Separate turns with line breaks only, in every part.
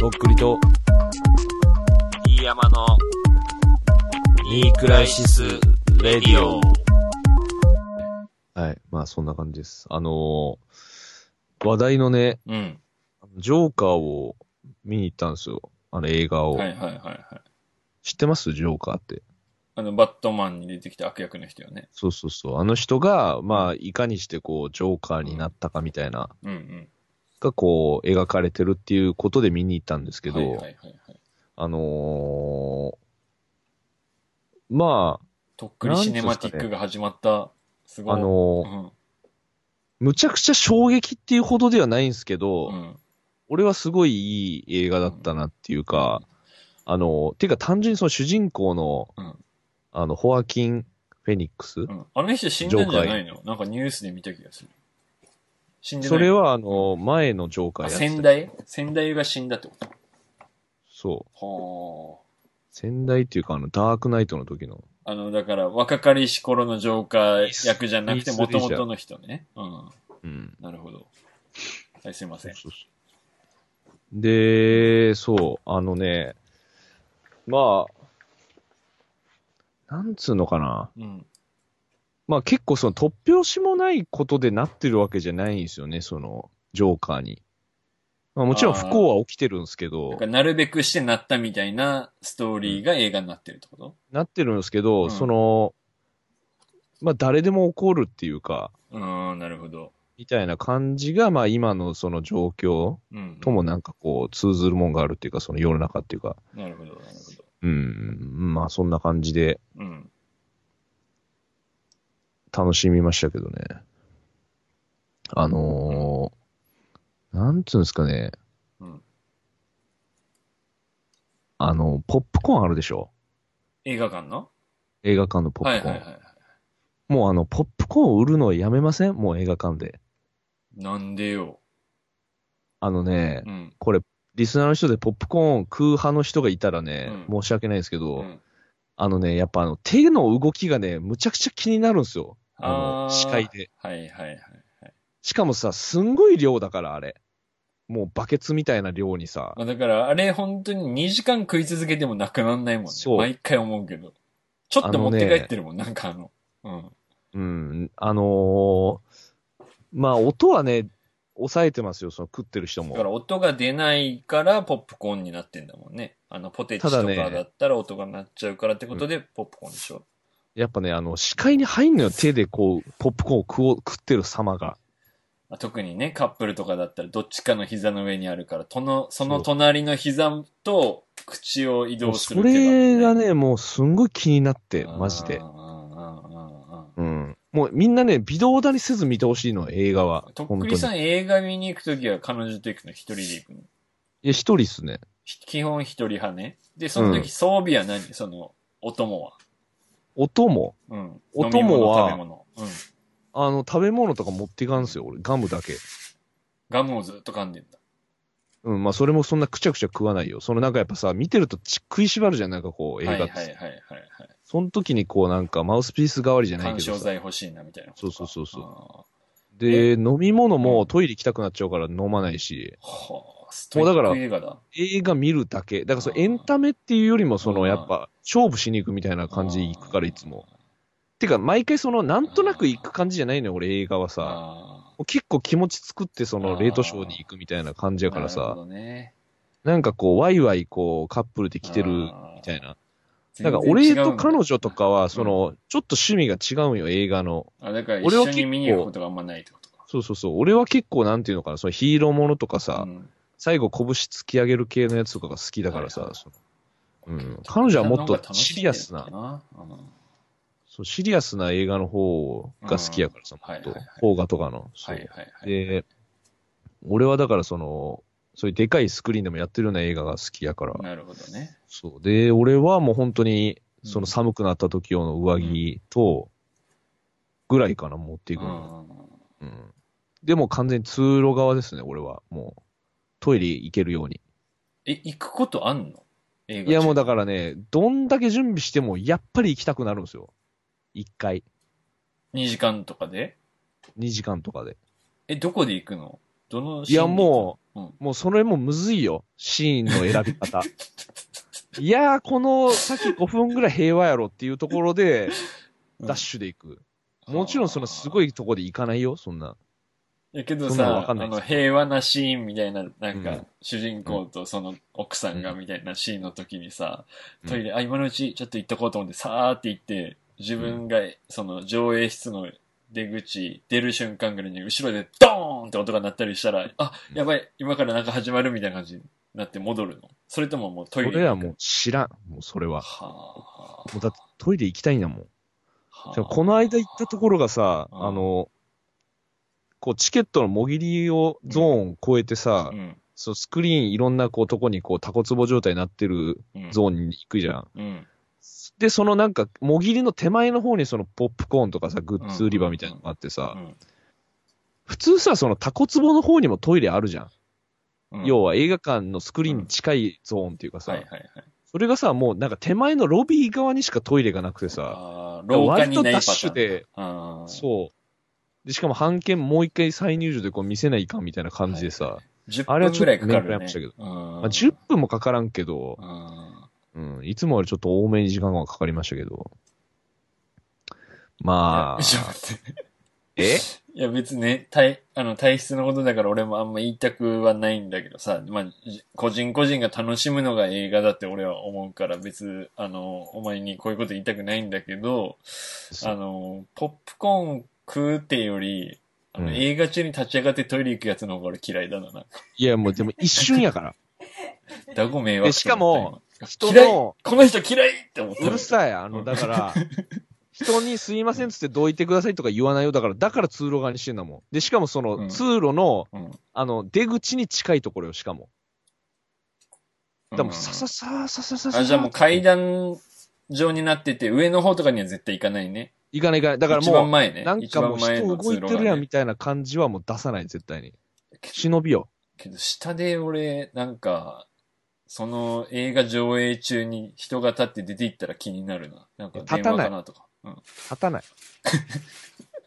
とっくりと、
飯山の、
ニークライシス・レディオ。はい。まあ、そんな感じです。あのー話題のね、
うん。
ジョーカーを見に行ったんですよ。あの映画を。
はいはいはいはい。
知ってますジョーカーって。
あの、バットマンに出てきた悪役の人よね。
そうそうそう。あの人が、まあ、いかにしてこう、ジョーカーになったかみたいな、
うん
がこう、描かれてるっていうことで見に行ったんです
う
け
ん。
ど、
はいはいはいはい。
あのーま
とっくりシネマティックが始まった、す
あ、
ごい。
あのー
うん
むちゃくちゃ衝撃っていうほどではないんですけど、
うん。
俺はすごいいい映画だったなっていうか、あのーていうか単純にその主人公の、
うん
あの、ホアキン・フェニックス、
うん。あの人死んだんじゃないのなんかニュースで見た気がする。死んでな
そ
い
れはあのー前のジョーカー
あ、
やって
先
た。
代先代が死んだってこ
そう。
と
先代っていうかあの、ダークナイトの時の。
はあ。あの、だから、若かりし頃のジョーカー役じゃなくて、
ミスミ
も
スリ
と
ー
も
じゃん
との人ね。うん。
うん。
なるほど。はい、すいません。
そうそうそうで、そう、あのね、まあ、なんつうのかな。
うん。
まあ結構その突拍子もないことでなってるわけじゃないんですよね、その、ジョーカーに。まあもちろん不幸は起きてるんですけ
だ
ど
か、らなるべくしてなったみたいなストーリーが映画になってるってこと
なってるんですけど、
うん
その、まあ誰でも起こるっていうか、
うーん、なるほど。
みたいな感じが、まあ今のその状況
うん。
ともなんかこう通ずるもんがあるっていうか、その世の中っていうか、
なるほど、なるほど。
うん、まあそんな感じで、
うん。
楽しみましたけどね。あのー、なんつうんですかね。
うん
あの、ポップコーンあるでしょ
映画館の
映画館のポッ
はい
プコーン。
はいはい。
もうあの、ポップコーンを売るのやめませんもう映画館で。
なんでよ。
あのね、
うん。
これ、リスナーの人でポップコーンを食う派の人がいたらね、
うん
申し訳ないですけど、
うん
あのね、やっぱあの、手の動きがね、むちゃくちゃ気になるんですよ。あの、
ー
視界で。。
はいはいはいはい。
しかもさ、すんごい量だから、あれ。もうバケツみたいな量にさ。
まあだから、あれ本当に2時間食い続けてもなくなんないもんね。
そう
毎回思うけど。ちょっと持って帰ってるもん、なんかあの。うん。
うん、あのーまあ音はね、抑えてますよ、その食ってる人
だから
も。
音が出ないからポップコーンになってんだもんね。あの、ポテチと
た
か
だね
だったら音が鳴っちゃうからってことでポップコーンでしょ。
やっぱね、あの、視界に入んのよ、手でこう、ポップコーンを食おう食ってる様が。
まあ特にね、カップルとかだったらどっちかの膝の上にあるから、とのその隣の膝と口を移動す
そ
る手だもん
れがね、もうすんごい気になって、マジで
あー。あーあーあー
うん。もうみんなね、微動だにせず見てほしいの、映画は。
と
本
っ
当
く
に。
り
い
さん映画見に行くときは彼女と行くの一人で行くの
や、一人っすね。
ひ基本一人派ね。で、その時装備は何、その、お供は。
音も、
うん。
お
飲み
供
物
は
食べ物。うん。
あの、食べ物とか持っていかんすよ、俺。ガムだけ。
ガムをずっと噛んでんだ。
うん、まあ、それもそんなくちゃくちゃ食わないよ。そのなんかやっぱさ、見てるとち食いしばるじゃん、なんかこう、映
はい
画
は
っ
い
て。
はいはい
その時にこうなんかマウスピース代わりじゃ
はい。
ない
干
け
渉
どさ。
剤欲しいなみたいなことか。
そうそうそうそう
あ
で、飲み物もトイレ行きたくなっちゃうから飲まないし、
ーはあ、スト
も
イ
うだから
ック映画だ。
映画見るだけ。だからその
あー
エンタメっていうよりもそうの
ん
やっぱ勝負しに行くみたいな感じで行くからいつも。てか毎回そのなんとなく行く感じじゃないのよ、俺映画はさ。
あ
もう結構気持ち作ってその
あー
レートショーに行くみたいな感じ
ー
やから
なる
さ
ほ。どね。
なんかこうワイワイこうカップルで来てるみたいな。だから俺
全然違う
と
んだ
彼女とかはそのちょっと趣味が違うんよ、映画の。
あ、だから
俺
一
は
緒
結構
に見に行くことがあんまないってことか。
そうそうそう。俺は結構なんていうのかな、そのヒーローものとかさ、
うん
最後拳突き上げる系のやつとかが好きだからさ、
はいはい
そのうん、彼女はもっとシリアス
う、
なん
は
そうシリアスな映画の方が好きやからさ、
うん
もっと
はいはいはい
邦画とかの。そう
いはいはい。
で、俺はだからその、そういうでかいスクリーンでもやってるような映画が好きやから、
なるほどね。
そう。で、俺はもう本当に、
うん
その寒くなった時用の上着と、ぐらいかな、持っていく
う
の。
ん
うん。でも完全に通路側ですね、俺は。もう、トイレ行けるように。
え、行くことあんの映画
いやもうだ
ら。
からね、どんだけ準備してもやっぱり行きたくなるんですよ。1回、
2時間とかで
2時間とかで。
え、どこで行くのどの
いや、もう、
うん
もうそれもむずいよ。シーンの選び方。 いやー、この、さっき5分ぐらい平和やろっていうところで、
うん
ダッシュで行く。もちろんそのすご
い。
いとこで行かないよ、そんな。
いやけど
そんなの
さ
わ、
あ
かんないです
の、平和なシーンみたいな、なん
う
か
ん、
主人公とその奥さんが
うん
みたいなシーンの時にさ、
うん
トイレ、あ、今のうちちょっと行っとこうと思って、さーって行って、自分が、その、上映室の出口、出る瞬間ぐらいに、後ろでドーンって音が鳴ったりしたら、あ、
うん
やばい、今からなんか始まるみたいな感じになって戻るのそれとももうトイレ
俺らもう知らん。もうそれは。
は
もうだってトイレ行きたいんだもん。
あ
じゃあこの間行ったところがさ、
うん
あの、こうチケットのもぎりをゾーンを超えてさ、
うん。
そうスクリーンいろんなこうとこにこうタコツボ状態になってる
うん。
ゾーンに行くじゃん。
うん。
で、そのなんか、もぎりの手前の方にそのポップコーンとかさ、グッズ売り場みたいなのがあってさ、普通さ、そのタコツボの方にもトイレあるじゃん。
うん。
要は映画館のスクリーンに近いゾーンっていうかさ、
はいはいはい。
それがさ、もうなんか手前のロビー側にしかトイレがなくてさ、
あー廊下にないパタ
割と
ー
ダッシュ
ン。
で
あー
そう。で、しかも半券もう一回再入場でこう見せないかんみたいな感じでさ、
は10
あれは
分
ちょっと
ぐらいかかる、ね。
面食らいましたけど
うん
まあ、10分もかからんけど、
うん
うん、いつもよりちょっと多めに時間がかかりましたけど。ま
ちょっ
あ、
と待って
え
いや別にね、体、あの、体質のことだから俺もあんま言いたくはないんだけどさ、まあ、じ個人個人が楽しむのが映画だって俺は思うから別、あの、お前にこういうこと言いたくないんだけど、あの、ポップコーン食うってより、あの、
うん
映画中に立ち上がってトイレ行くやつの方が俺嫌いだな、なんか。
いやもうでも一瞬やから。
だご迷惑
でしかも
と
人
思った、
の、
今嫌いこの人嫌いって思った。
うるさい、あの、だから、人にすいませんっつってどいてくださいとか言わないよ。だから、だから通路側にしてんだもん。で、しかもそ
うん
の通路の、
うん。
あの、出口に近いところよ、しかも。
うん
でも、さささささささ。
あ、じゃあもう階段状になってて、上の方とかには絶対行かないね。
行かない行かない。だから
一
も
番
う、
前ね。
なん
一
かも
番
う
前
人
の
動
通
い
路
てるや
が
ん
ね
みたいな感じはもう出さない、絶対に。忍びよ。
けど、下で俺、なんか、その映画上映中に人が立って出て行ったら気になるな。なんか
立
電
た
話
ない
かなとか。うん。
立たない。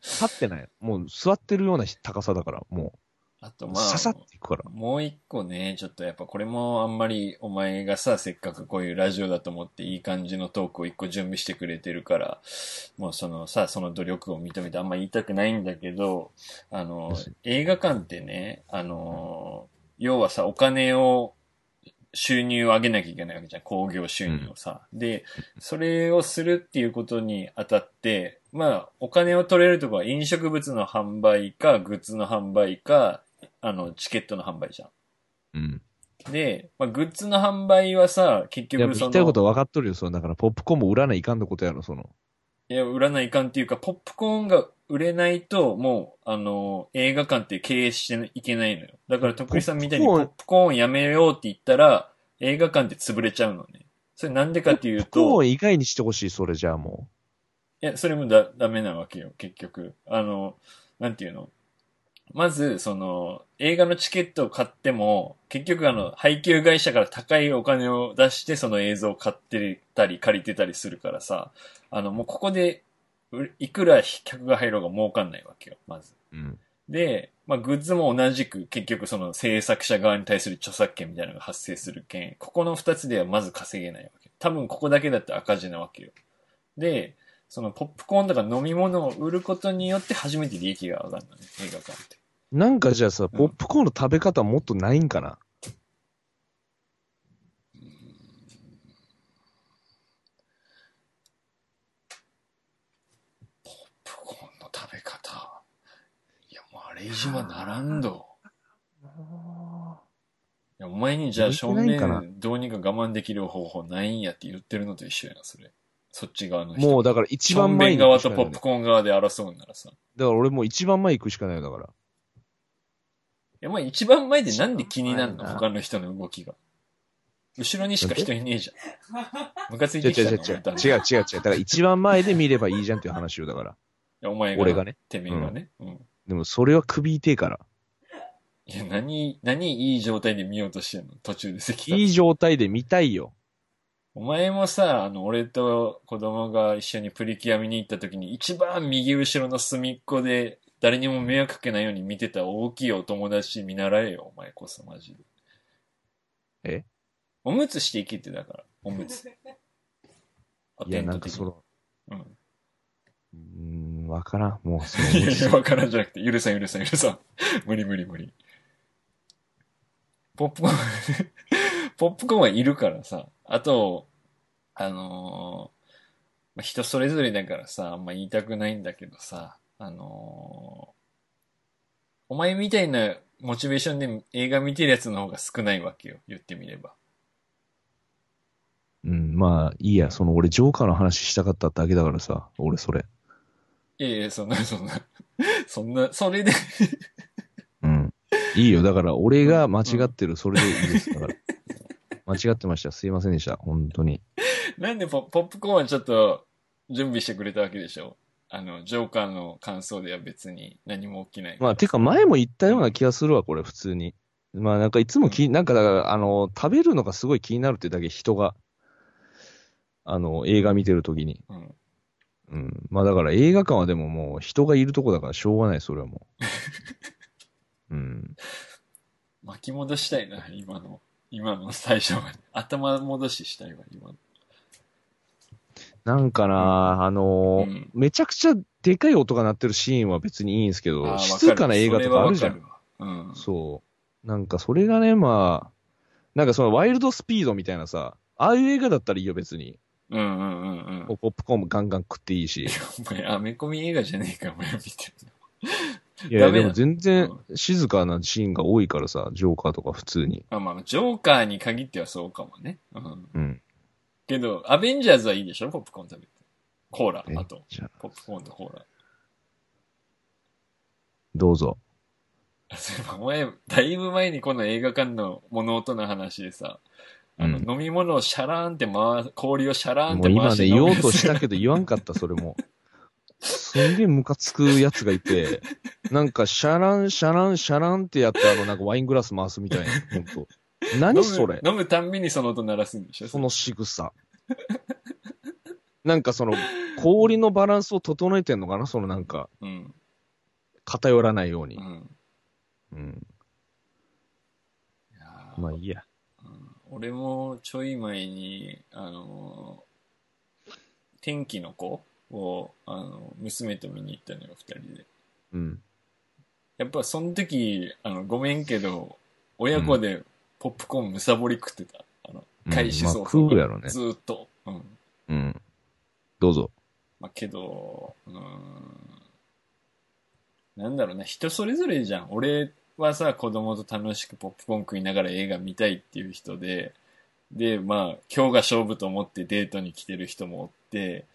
立ってない。もう座ってるような高さだから、も
あと
う、
まあ、
ささっていくから。
もう一個ね、ちょっとやっぱこれもあんまりお前がさ、せっかくこういうラジオだと思っていい感じのトークを一個準備してくれてるから、もうそのさ、その努力を認めてあんま言いたくないんだけど、あの
です、
映画館ってね、あの、要はさ、お金を、収入を上げなきゃいけないわけじゃん。興行収入をさ。で、それをするっていうことにあたって、まあ、お金を取れるとこは飲食物の販売か、グッズの販売か、あの、チケットの販売じゃん。
うん。
で、まあ、グッズの販売はさ、結
いや、
局そ
言
の、
いたいこと分かっとるよ、その、だから、ポップコーンも売らないいかんってことやろ、その。
いや、売らないかんっていうか、ポップコーンが売れないと、もう、あの、映画館って経営していけないのよ。だから、徳井さんみたいに
ポ
ポ
ッ
ッ
プ
プコーンやめようって言ったら、映画館って潰れちゃうのね。それなんでかっていう
ポップコ
と、
ー
い
ン以外にしてほしい、それじゃあも
や、それもだ、ダメなわけよ、結局。あの、なんていうのまず、その、映画のチケットを買っても、結局あの、配給会社から高いお金を出して、その映像を買ってたり、借りてたりするからさ、あの、もうここで、ういくら客が入ろうが儲かんないわけよ、まず。
う。うん。
で、まあ、グッズも同じく、結局その制作者側に対する著作権みたいなのが発生するけん、ここの二つではまず稼げないわけ。多分ここだけだって赤字なわけよ。で、そのポップコーンとか飲み物を売ることによって初めて利益が上がるのね、映画館って。
なんかじゃあさ、ポップコーンの食べ方もっとないんかな、
ポップコーンの食べ方。いや、もうあれ以上はならんど。いや、お前にじゃあ正
できないんか
面どうにか我慢できる方法ないんやって言ってるのと一緒やな、それ。そっち側の人。
もう
う、
だから一
正
番前に
面側
行くし
と
か
ポ
ない
ッ
よね
プコーン側で争うんならさ。い
だから俺もう一番前行くしかないよ、だから。
や、まあ一番前でなんで気になる
一番
の
前な
他の人の動きが。後ろにしか人いねえ じゃん。ムカつい
違う
てき
違う
た
違う
の
違う。
お
違
前
う違う違う。だから一番前で見ればいいじゃんっていう話よ、だから。
いやお前が。
俺が。ね。
てめえがね。うん。
でもそれは首痛いから。
いや、何、何いい状態で見ようとしてんの途中で席立って
いい状態で見たいよ。
お前もさ、あの、俺と子供が一緒にプリキュア見に行った時に、一番右後ろの隅っこで誰にも迷惑かけないように見てた大きいお友達見習えよ、お前こそマジで。
え
おむつしていけってだから、おむつ。ア
いや、なんか
的
そ
に。
の、
うん。
うーん、わからん。もう、そ
いやいや、
の、
わからんじゃなくて、許さん許さん許さん。無理無理無理。ポップコーン、 ポップコーンはいるからさ。あと、あのーまあ人それぞれだからさ、あんま言いたくないんだけどさ、あのーお前みたいなモチベーションで映画見てるやつの方が少ないわけよ。言ってみれば。
うん、まあ、いいや、その、俺、ジョーカーの話したかっただけだからさ、俺、それ。
いやいや、そんな、そんな、そんな、それで、
うん。いいよ、だから、俺が間違ってる、それでいいです、だ から。間違ってました。すいませんでした。本当に。
なんでポポップコーンはちょっと準備してくれたわけでしょあの、ジョーカーの感想では別に何も起きない。
まあ、てか、前も言ったような気がするわ、これ、普通に。まあ、なんか、いつもき、なんか、だから、あの、食べるのがすごい気になるってだけ、人が。あの、映画見てるときに。
うん。
うん。まあだから映画館はでももう人がいるとこだからしょうがない、それはも う。うん。
巻き戻したいな、今の。今の最初まで。頭戻ししたいわ、今の。
なんかな、あのー
うん
めちゃくちゃでかい音が鳴ってるシーンは別にいいんですけ
あー
ど、
わかる
静かな映画とかあるじゃ
そ
ん。
れはわかるわうん。
そう。なんかそれがね、まあ、なんかそのワイルドスピードみたいなさ、ああいう映画だったらいいよ別に。
うんうんうんうん。
ポップコーンもガンガン食っていい し。
お前、アメコミ映画じゃねえか、お前見て
いやいや
ダメ
で
だ
も全然静かなシーンが多いからさ、ジョーカーとか普通に。
あ、まあ、ジョーカーに限ってはそうかもね。うん。
うん。
けど、アベンジャーズはいいでしょポップコーン食べて。コーラ、あと。
じゃあ
ポップコーンとコーラ。
どうぞ。
そうい えば前、だいぶ前にこの映画館の物音の話でさ、あの、
うん
飲み物をシャラーンって回す、氷をシャラーンっ
もう
て
今
回して
ね、
飲
言
む
お
や
う
つ
としたけど言わんかった、それも。すんげえムカつくやつがいて、なんかシャラン、シャラン、シャランってやって、あの、なんかワイングラス回すみたいな、ほんと。何それ
飲む飲むたんびにその音鳴らすんでしょ
その仕草。なんかその、氷のバランスを整えてんのかなそのなんか、
うん。
偏らないように
う。ん。
うん。
いやー
まあいいや。
うん俺もちょい前に、あのー天気の子を、あの、娘と見に行ったのよ、二人で。
うん。
やっぱその時、あの、ごめんけど、親子でポップコーンむさぼり食ってた。あの、開始
うんま
早
あ
々
食うやろね
ずーっと。うん。
うん。どうぞ。
まあ、けど、うーん。なんだろうな、人それぞれじゃん。俺はさ、子供と楽しくポップコーン食いながら映画見たいっていう人で、で、まあ、今日が勝負と思ってデートに来てる人もおって、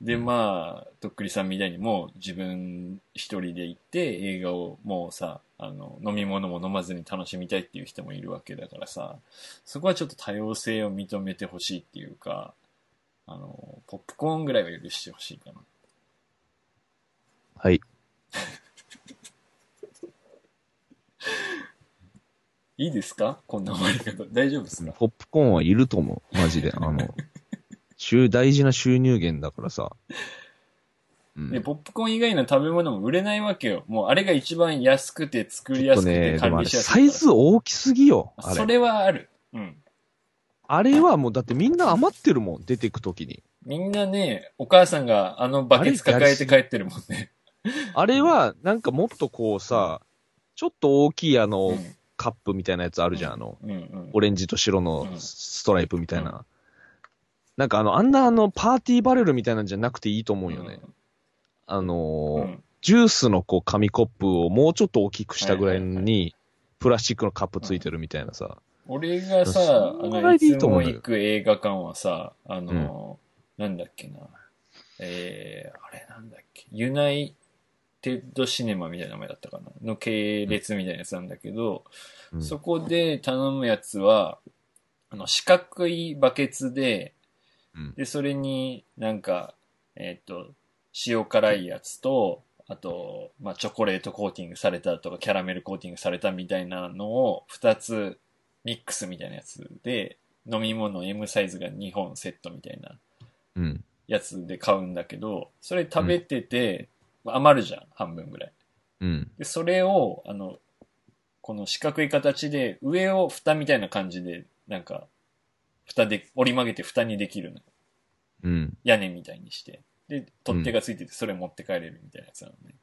で、まあ、とっくりさんみたいにもう自分一人で行って映画をもうさ、あの、飲み物も飲まずに楽しみたいっていう人もいるわけだからさ、そこはちょっと多様性を認めてほしいっていうか、あの、ポップコーンぐらいは許してほしいかな。
はい。
いいですかこんな終わり方。大丈夫ですか
ポップコーンはいると思う。マジ で。あの、収大事な収入源だからさ。うん
で、ポップコーン以外の食べ物も売れないわけよ。もうあれが一番安くて作り
ちょ
や
っと
すく
ね、
て
でも
管
あ
理
れ
しやすい
サイズ大きすぎよ。あ
そ
れ。
れはある。うん。
あれはもうだってみんな余ってるもん、出てくときに。
みんなね、お母さんがあのバケツ抱えて帰ってるもんね。
あれはなんかもっとこうさ、ちょっと大きいあ
う
の
ん、
カップみたいなやつあるじゃん、あの、
うんうん。
オレンジと白の
うん
ストライプみたいうな。なんかあの、あんなあの、パーティーバレルみたいなんじゃなくていいと思うよね。あ
うん。う
のー
ん
ジュースのこう紙コップをもうちょっと大きくしたぐらい
はいは
に、プラスチックのカップついてるみたいなさ。
俺がさ、
そ
あ
んぐら
の、い
いでいい
つ
と思
も
うんだよ
行く映画館はさ、あの、なんだっけな。えー、あれなんだっけ。ユナイテッドシネマみたいな名前だったかな。の系列みたいなやつなんだけど、
うん
そこで頼むやつは、あの、四角いバケツで、
うん
で、それになんか、えっ、と、塩辛いやつと、あと、まあ、チョコレートコーティングされたとか、キャラメルコーティングされたみたいなのを、二つ、ミックスみたいなやつで、飲み物 M サイズが2本セットみたいな
うん。
やつで買うんだけど、それ食べてて、まあ余るじゃん、半分ぐらい。
うん。
で、それを、あの、この四角い形で、上を蓋みたいな感じで、なんか、蓋で、折り曲げて蓋にできるの。
うん。
屋根みたいにして。で、取っ手がついてて、それ持って帰れるみたいなやつなのね。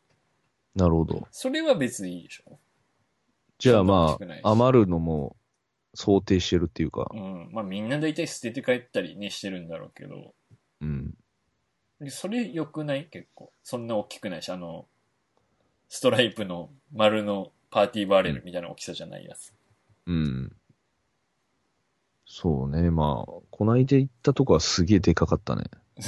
なるほど。
それは別にいいでしょ
じゃあま
そんな大きくないです
あ、余るのも想定してるっていうか
う、ん。まあみんな大体捨てて帰ったりね、してるんだろうけど。
うん。
でそれ良くない結構。そんな大きくないし、あの、ストライプの丸のパーティーバーレルみたいな大きさじゃないやつ。
うん。そうね。まあ、こないで行ったとこはすげえでかかったね。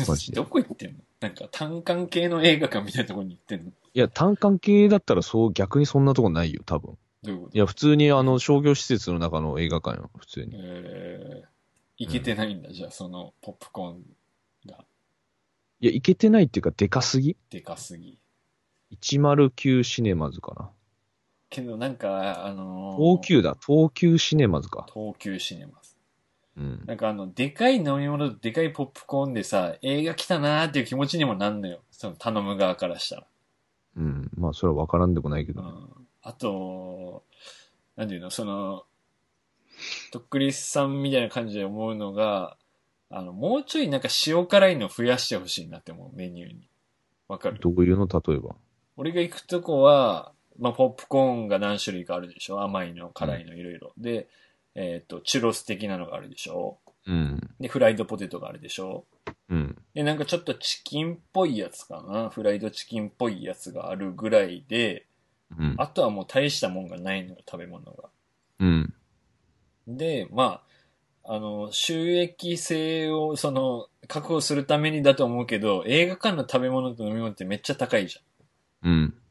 マジで
どこ行ってんのなんか単館系の映画館みたいなとこに行ってんの
いや、単管系だったらそう、逆にそんなとこないよ、多分。
どういうこと
いや、普通にあの、商業施設の中の映画館よ、普通に。
えー、いけてないんだ、じゃあ、その、ポップコーンが
いや、行けてないっていうか、でかすぎ
でかすぎ。
?109 シネマズかな。
けど、なんか、あのー
東急だ、東急シネマズか。
東急シネマス。
うん。
なんか、あの、でかい飲み物とでかいポップコーンでさ、映画来たなーっていう気持ちにもなんのよ。その、頼む側からしたら。
うん。まあ、それはわからんでもないけ
う
どね。
ん。あと、なんていうの、その、とっくりさんみたいな感じで思うのが、あの、もうちょいなんか塩辛いの増やしてほしいなって思う、メニューに。わかる
どういうの例えば。
俺が行くとこは、まあ、ポップコーンが何種類かあるでしょ甘いの、辛いの、いろいろ。で、えっ、と、チュロス的なのがあるでしょ
うん。
で、フライドポテトがあるでしょ
うん。
で、なんかちょっとチキンっぽいやつかなフライドチキンっぽいやつがあるぐらいで、
うん。
あとはもう大したもんがないのよ、食べ物が。
うん。
で、まあ、あの、収益性を、その、確保するためにだと思うけど、映画館の食べ物と飲み物ってめっちゃ高いじゃん。
うん。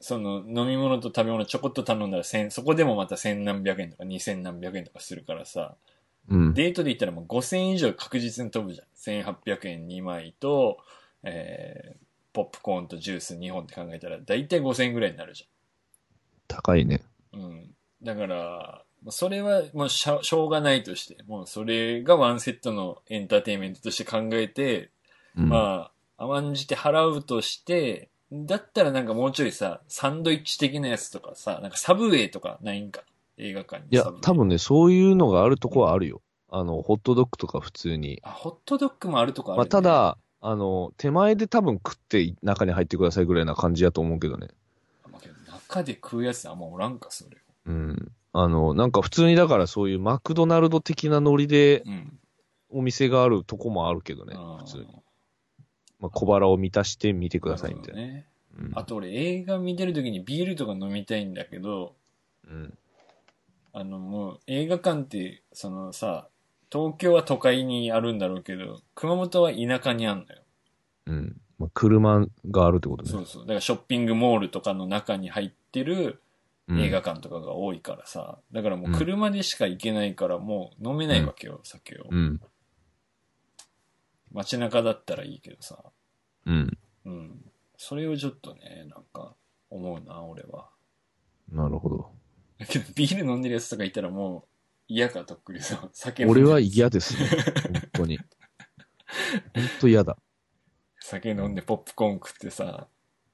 その飲み物と食べ物ちょこっと頼んだら千、そこでもまた千何百円とか二千何百円とかするからさ、
うん。
デートで言ったらもう五千円以上確実に飛ぶじゃん。千八百円2枚と、えー、ポップコーンとジュース2本って考えたら大体五千円ぐらいになるじ
高いね。
ゃん。うん。だから、まあそれはもうしゃしょうがないとして、もうそれがワンセットのエンターテインメントとして考えて、
うん。
まあ、甘んじて払うとして、だったらなんかもうちょいさ、サンドイッチ的なやつとかさ、なんかサブウェイとかないんか映画館に。
いや
サブウェイ、
多。分ね、そういうのがあるとこはあるよ。あの、ホットドッグとか普通に。
あ、ホットドッグもあるとかある、
まあ、た、だ、あの、手前で多分食って中に入ってくださいぐらいな感じやと思うけどね。
まあけど中で食うやつあんまおらんか、それ。
うん。あの、なんか普通にだからそういうマクドナルド的なノリで
うん。
お店があるとこもあるけどね、
あー
普通に。まあ、小腹を満たして見てくださいみたいな。
るほどね。
うん
あと俺映画見てる時にビールとか飲みたいんだけど、
うん。
あのもう映画館って、そのさ、東京は都会にあるんだろうけど、熊本は田舎にあんのよ。
うん。まあ、車があるってことね。
そうそう。だからショッピングモールとかの中に入ってる
うん
映画館とかが多いからさ。だからもう車でしか行けないからもう飲めないわけよ、酒を。
うん。
街中だったらいいけどさ。
うん。
うん。それをちょっとね、なんか思うな、俺は。
なるほど。
だけどビール飲んでるやつとかいたらもう嫌か、とっくりさ。酒飲んで
俺
る
は嫌 ですね。本当に。本当嫌だ。
酒飲んでポップコーン食ってさ、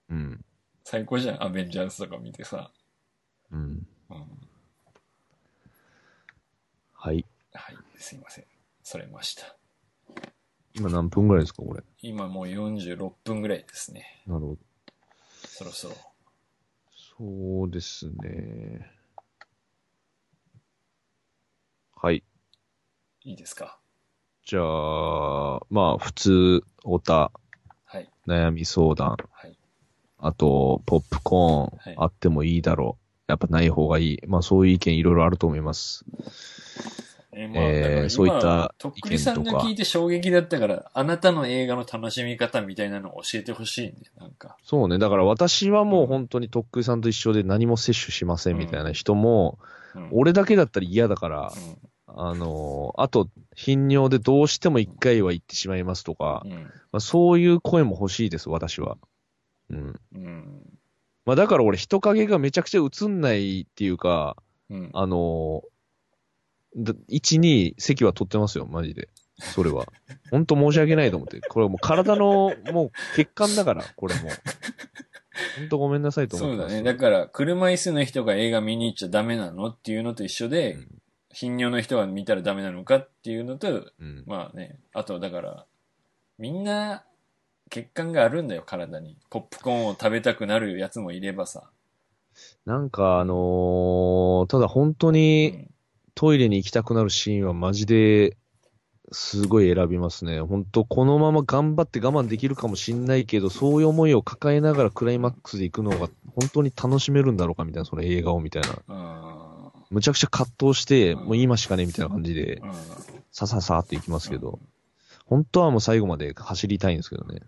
うん。
最高じゃん、アベンジャーズとか見てさ。
うん。
うん。
はい。
はい、すいません。それました。
今何分ぐらいですか、これ。
今もう46分ぐらいですね。
なるほど。
そろそろ。
そうですね。はい。
いいですか
じゃあ、まあ、普通、おた、
はい。
悩み相談、
はい。
あと、ポップコーン、
はい
あってもいいだろう。やっぱない方がいい。まあ、そういう意見いろいろあると思います。
え
えー
だから今
そういった
とっくりさんが聞いて衝撃だったから、あなたの映画の楽しみ方みたいなのを教えてほしいね。なんか。
そうね。だから私はもう本当にとっくりさんと一緒で何も摂取しませんみたいな人も、
うん、
俺だけだったら嫌だから、あのーあと、頻尿でどうしても一回は行ってしまいますとか、
うん。うん。
まあ、そういう声も欲しいです、私は。うん。
うん。
まあ、だから俺、人影がめちゃくちゃ映んないっていうか、
うん。
あのーだ1、2席は取ってますよ、マジで。それ は。本当申し訳ないと思って。これはもう体の、もう血管だから、これもう。ほんとごめんなさいと思っ
そう
て
だ
ます。
ね。だから、車椅子の人が映画見に行っちゃダメなのっていうのと一緒で、
うん
頻尿の人が見たらダメなのかっていうのと、
うん。
まあね、あとだから、みんな血管があるんだよ、体に。ポップコーンを食べたくなるやつもいればさ。
なんかあのーただ本当
う
に
ん、
トイレに行きたくなるシーンはマジで、すごい選びますね。本当このまま頑張って我慢できるかもしんないけど、そういう思いを抱えながらクライマックスで行くのが本当に楽しめるんだろうかみたいな、その映画をみたいな。
あ
むちゃくちゃ葛藤して、
うん
もう今しかねみたいな感じで
ー、うん
さささっていきますけど、本当はもう最後まで走りたいんですけどね。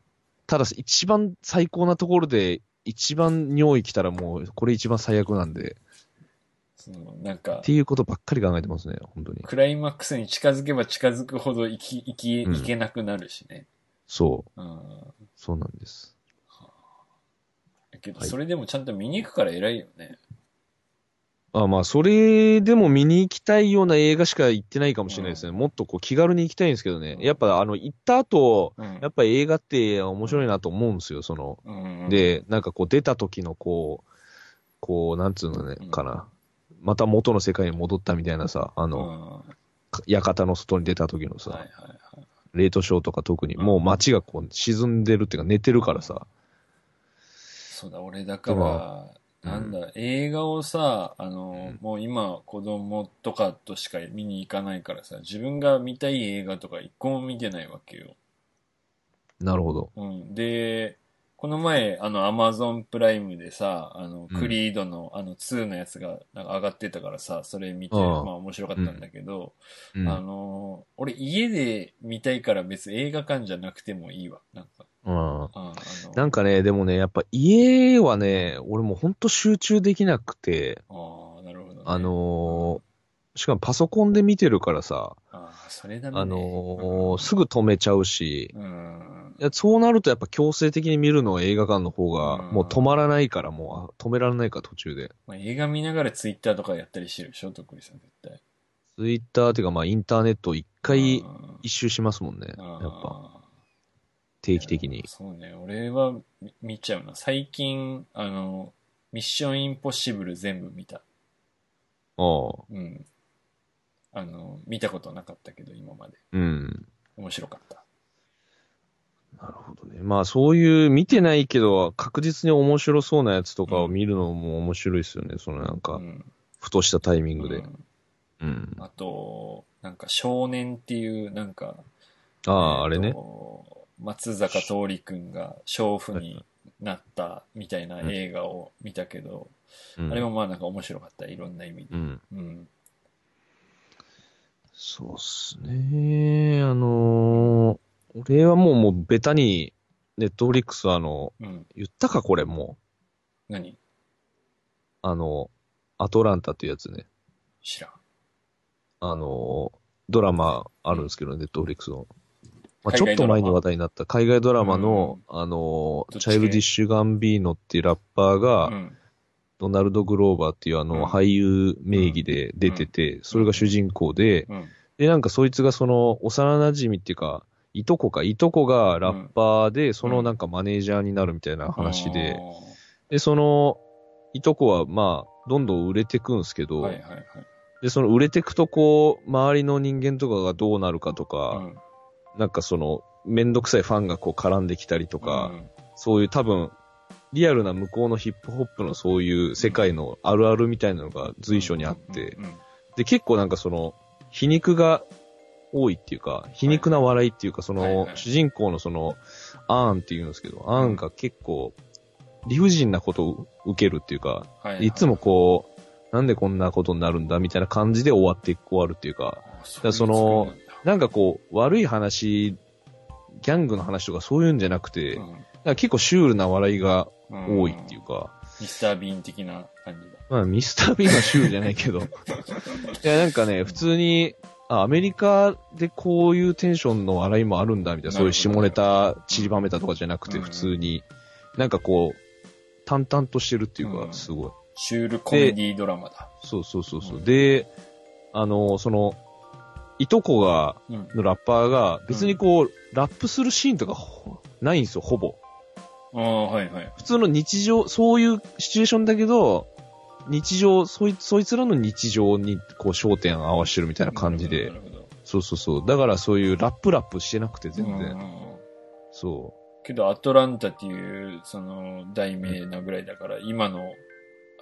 ただ、一番最高なところで、一番尿意来たらもう、これ一番最悪なんで、
そのなんか
っ、ていうことばっかり考えてますね、本当に。
クライマックスに近づけば近づくほど生き、生き、
うん
いけなくなるしね。
そう、
うん。
そうなんです。
だけど、
はい
それでもちゃんと見に行くから偉いよね。
あまあ、それでも見に行きたいような映画しか行ってないかもしれないですね。もっとこう気軽に行きたいんですけどね。やっぱ、あの、行った後、
うん
やっぱ映画って面白いなと思うんですよ、その、
うん、
で、なんかこう出た時のこう、こう、なんつうのね
うん、
かな。また元の世界に戻ったみたいなさ、あ
うん、
の、
は
か館の外に出た時の
いはい
さ、
はい。
レートショーとか特に、
うん
もう街がこう沈んでるっていうか寝てるからさ、
そうだ、俺だか
で
ら
も、
なんだ、映画をさ、あの、
うん
もう今、子供とかとしか見に行かないからさ、自分が見たい映画とか一個も見てないわけよ。
なるほど。
うん。で、この前、あの、アマゾンプライムでさ、あの、
うん
クリードの、あの、2のやつが、なんか上がってたからさ、それ見て、
ああ
まあ面白かったんだけど、
うん。
あの、俺家で見たいから別に映画館じゃなくてもいいわ。なんか、
うん
ああの、
なんかね、でもね、やっぱ家はね、俺もうほんと集中できなくて、
ああ、なるほど、ね。
あのーしかもパソコンで見てるからさ、
ああ、それだね。
あのーすぐ止めちゃうし、
うん。
いやそうなるとやっぱ強制的に見るのは映画館の方が
うん
もう止まらないからもうあ止められないから途中で。
まあ、映画見ながらツイッターとかやったりしてるでしょ、徳利さん絶対。
ツイッターっていうかまあインターネットを一回
うん
一周しますもんね。や
あ
っ
ー
ぱ定期的に。
そうね、俺は見見ちゃうな。最近、あの、ミッションインポッシブル全部見た。
ああ。
うん。あの、見たことなかったけど、今まで。
うん。
面白かった。
なるほどね。まあそういう見てないけど確実に面白そうなやつとかを見るのも面白いですよね。そのなん
う
か、
ん。
ふとしたタイミング
う
で。
ん
うん。
あと、なんか、少年っていう、なんか、
ああ、あ
え
れ
ー
ね。
と。松坂桃李くんが娼婦になったみたいな映画を見たけど、
うん
あれもまあなんか面白かった、いろんな意味で。
うん。
うん。
そうっすね。あのー俺はもうもうベタに、ネットフリックスあの、
うん。
言ったか、これ、も
何
う。あの、アトランタっていうやつね。
知らん。
あの、ドラマあるんですけどね、ネットフリックスの。まあ、
海
ちょっ
外
と
ドラマ
前に話題になった海外ドラマの、あの
っち、系
チャイルディッシュ・ガンビーノっていうラッパーが、
うん。
ドナルド・グローバーっていうあ
うん
の、俳優名義で出てて、それが主人公で、
うん。
で、なんかそいつがその、幼馴染っていうか、いとこか、いとこがラッパーで、そのなんかマネージャーになるみたいな話で、で、その、いとこは、まあ、どんどん売れてくんすけ
あー。
ど、
はいはいはい。
で、その売れてくと、こう、周りの人間とかがどうなるかとか、
ん。
なんかその、めんどくさいファンがこう絡んできたりと
と
か、そういう多分、リアルな向こうのヒップホップのそういう世界のあるあるみたいなのが随所にあって、
うんうん
で、結構なんかその、皮肉が多いっていうか、皮肉な笑いっていうか、そ
はい
の
は、い
主人公のその、アーンって言うんですけど、アーンが結構、理不尽なことを受けるっていうか、
はいはい
つもこう、なんでこんなことになるんだみたいな感じで終わっていく、終わるっていうか、
あーそう
らその
いう作
なんかこう、悪い話、ギャングの話とかそういうんじゃなくて、
りな
なん
んだ
か結構シュールな笑いが
うん
多いっていうか、
ミスター・ビーン的な感じだ。
まあミスター・ビーンはシュールじゃないけど、いやなんかね、普通に、あ、アメリカでこういうテンションの笑いもあるんだみたいな、そういう下ネタ、散りばめたとかじゃなくて、
うん
普通に、なんかこう、淡々としてるっていう
うん
か、すごい。
シュールコメディドラマだ。
そうそうそうそう。
うん
で、あの、その、いとこが、
うん。
のラッパーが、別にこう、ラップするシーンとかほないんですよ、ほぼ。
ああ、はいはい。
普通の日常、そういうシチュエーションだけど、日常、そいそいつらの日常にこう焦点を合わせてるみたいな感じで
な、るほど。
そうそうそう。だからそういうラップラップしてなくて全
なる
然
ほ。どうん
そ
けど、アトランタっていう、その、題名なぐらいだから、今の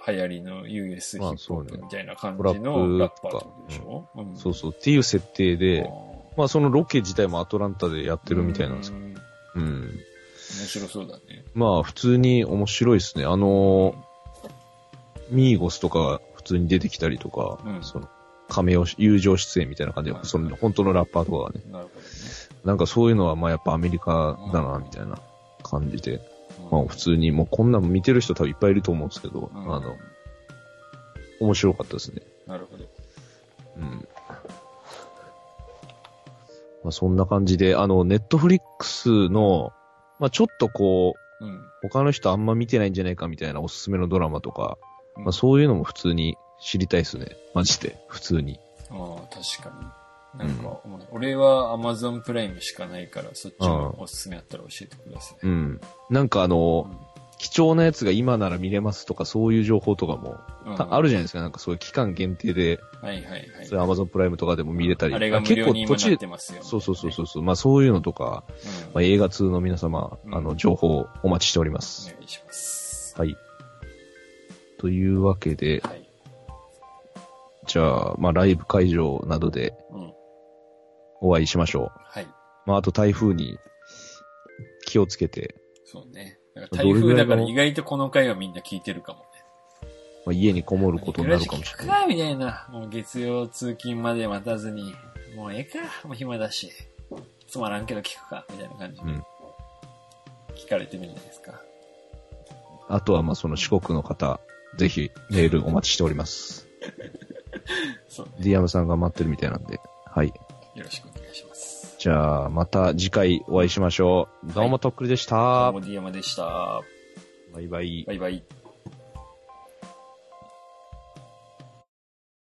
流行りの US ヒ
まあ
ップホ
そ
ッ
う
プ
ね
みたいな感じ
ト
のラ
ラッ
ッ
プ
パ
とか
ーってことでしょ、う
う。
ん
そうそう。っていう設定で、
あ
まあそのロケ自体もアトランタでやっ
ー
てるみたいなんです
う
け
ん面
ど。うん。
白そうだね。
まあ普通に面白いですね。あのー、ミーゴスとか普通に出てきたりとか、
うん
その、亀を友情出演みたいな感じで、
はい
その本当のラッパーとかがね、
なるほ
なんかそういうのはまあやっぱアメリカだな、みたいな感じで、ま
どね。
あ普通にもうこんなの見てる人多分いっぱいいると思うんですけど、
うん
あの、面白かったですね。
なるほど。
うん。まあそんな感じで、あの、ネットフリックスの、まあちょっとこう、
うん。
他の人あんま見てないんじゃないかみたいなおすすめのドラマとか、
うん
まあそういうのも普通に知りたいですね。マジで。普通に。
ああ、確かに。なんか、おもろい俺は Amazon プライムしかないから、そっちのおすすめあったら教えてください。
うん。なんかあの、貴重なやつが今なら見れますとかそういう情報とかも、
うん
たあるじゃないですか。なんかそういう期間限定で、
はいはいはい。
そういう Amazon プライムとかでも見れたり。
あれが
あ
無
結
料
構
に
途
今な
中
って、ますよ。
そうそうそうそうそう。まあそういうのとか、
うん。
まあ、映画通の皆様、
うん
あの、情報お待ちしております。
お願いします。
はい。というわけで、
はい。
じゃあ、まあライブ会場などで
うん。
お会いしましょう。
はい。
まあ、あと台風に気をつけて、
そうね。だから
どれぐらい
台
の
風だから意外とこの回はみんな聞いてるかもね。
まあ、家にこもることになるかもしれない。
い。みたいな。もう月曜通勤まで待たずに、もうええか、もう暇だし。つまらんけど聞くか、みたいな感じで
うん。
聞かれてるんじゃないですか。
あとは、まあ、その四国の方、ぜひメールお待ちしております。
そうね。
ディアムさんが待ってるみたいなんで。はい。
よろしくお願いします。
じゃあ、また次回お会いしましょう。どうもとっくりでした。
どうも、ディアマでした。
バイバイ。
バイバイ。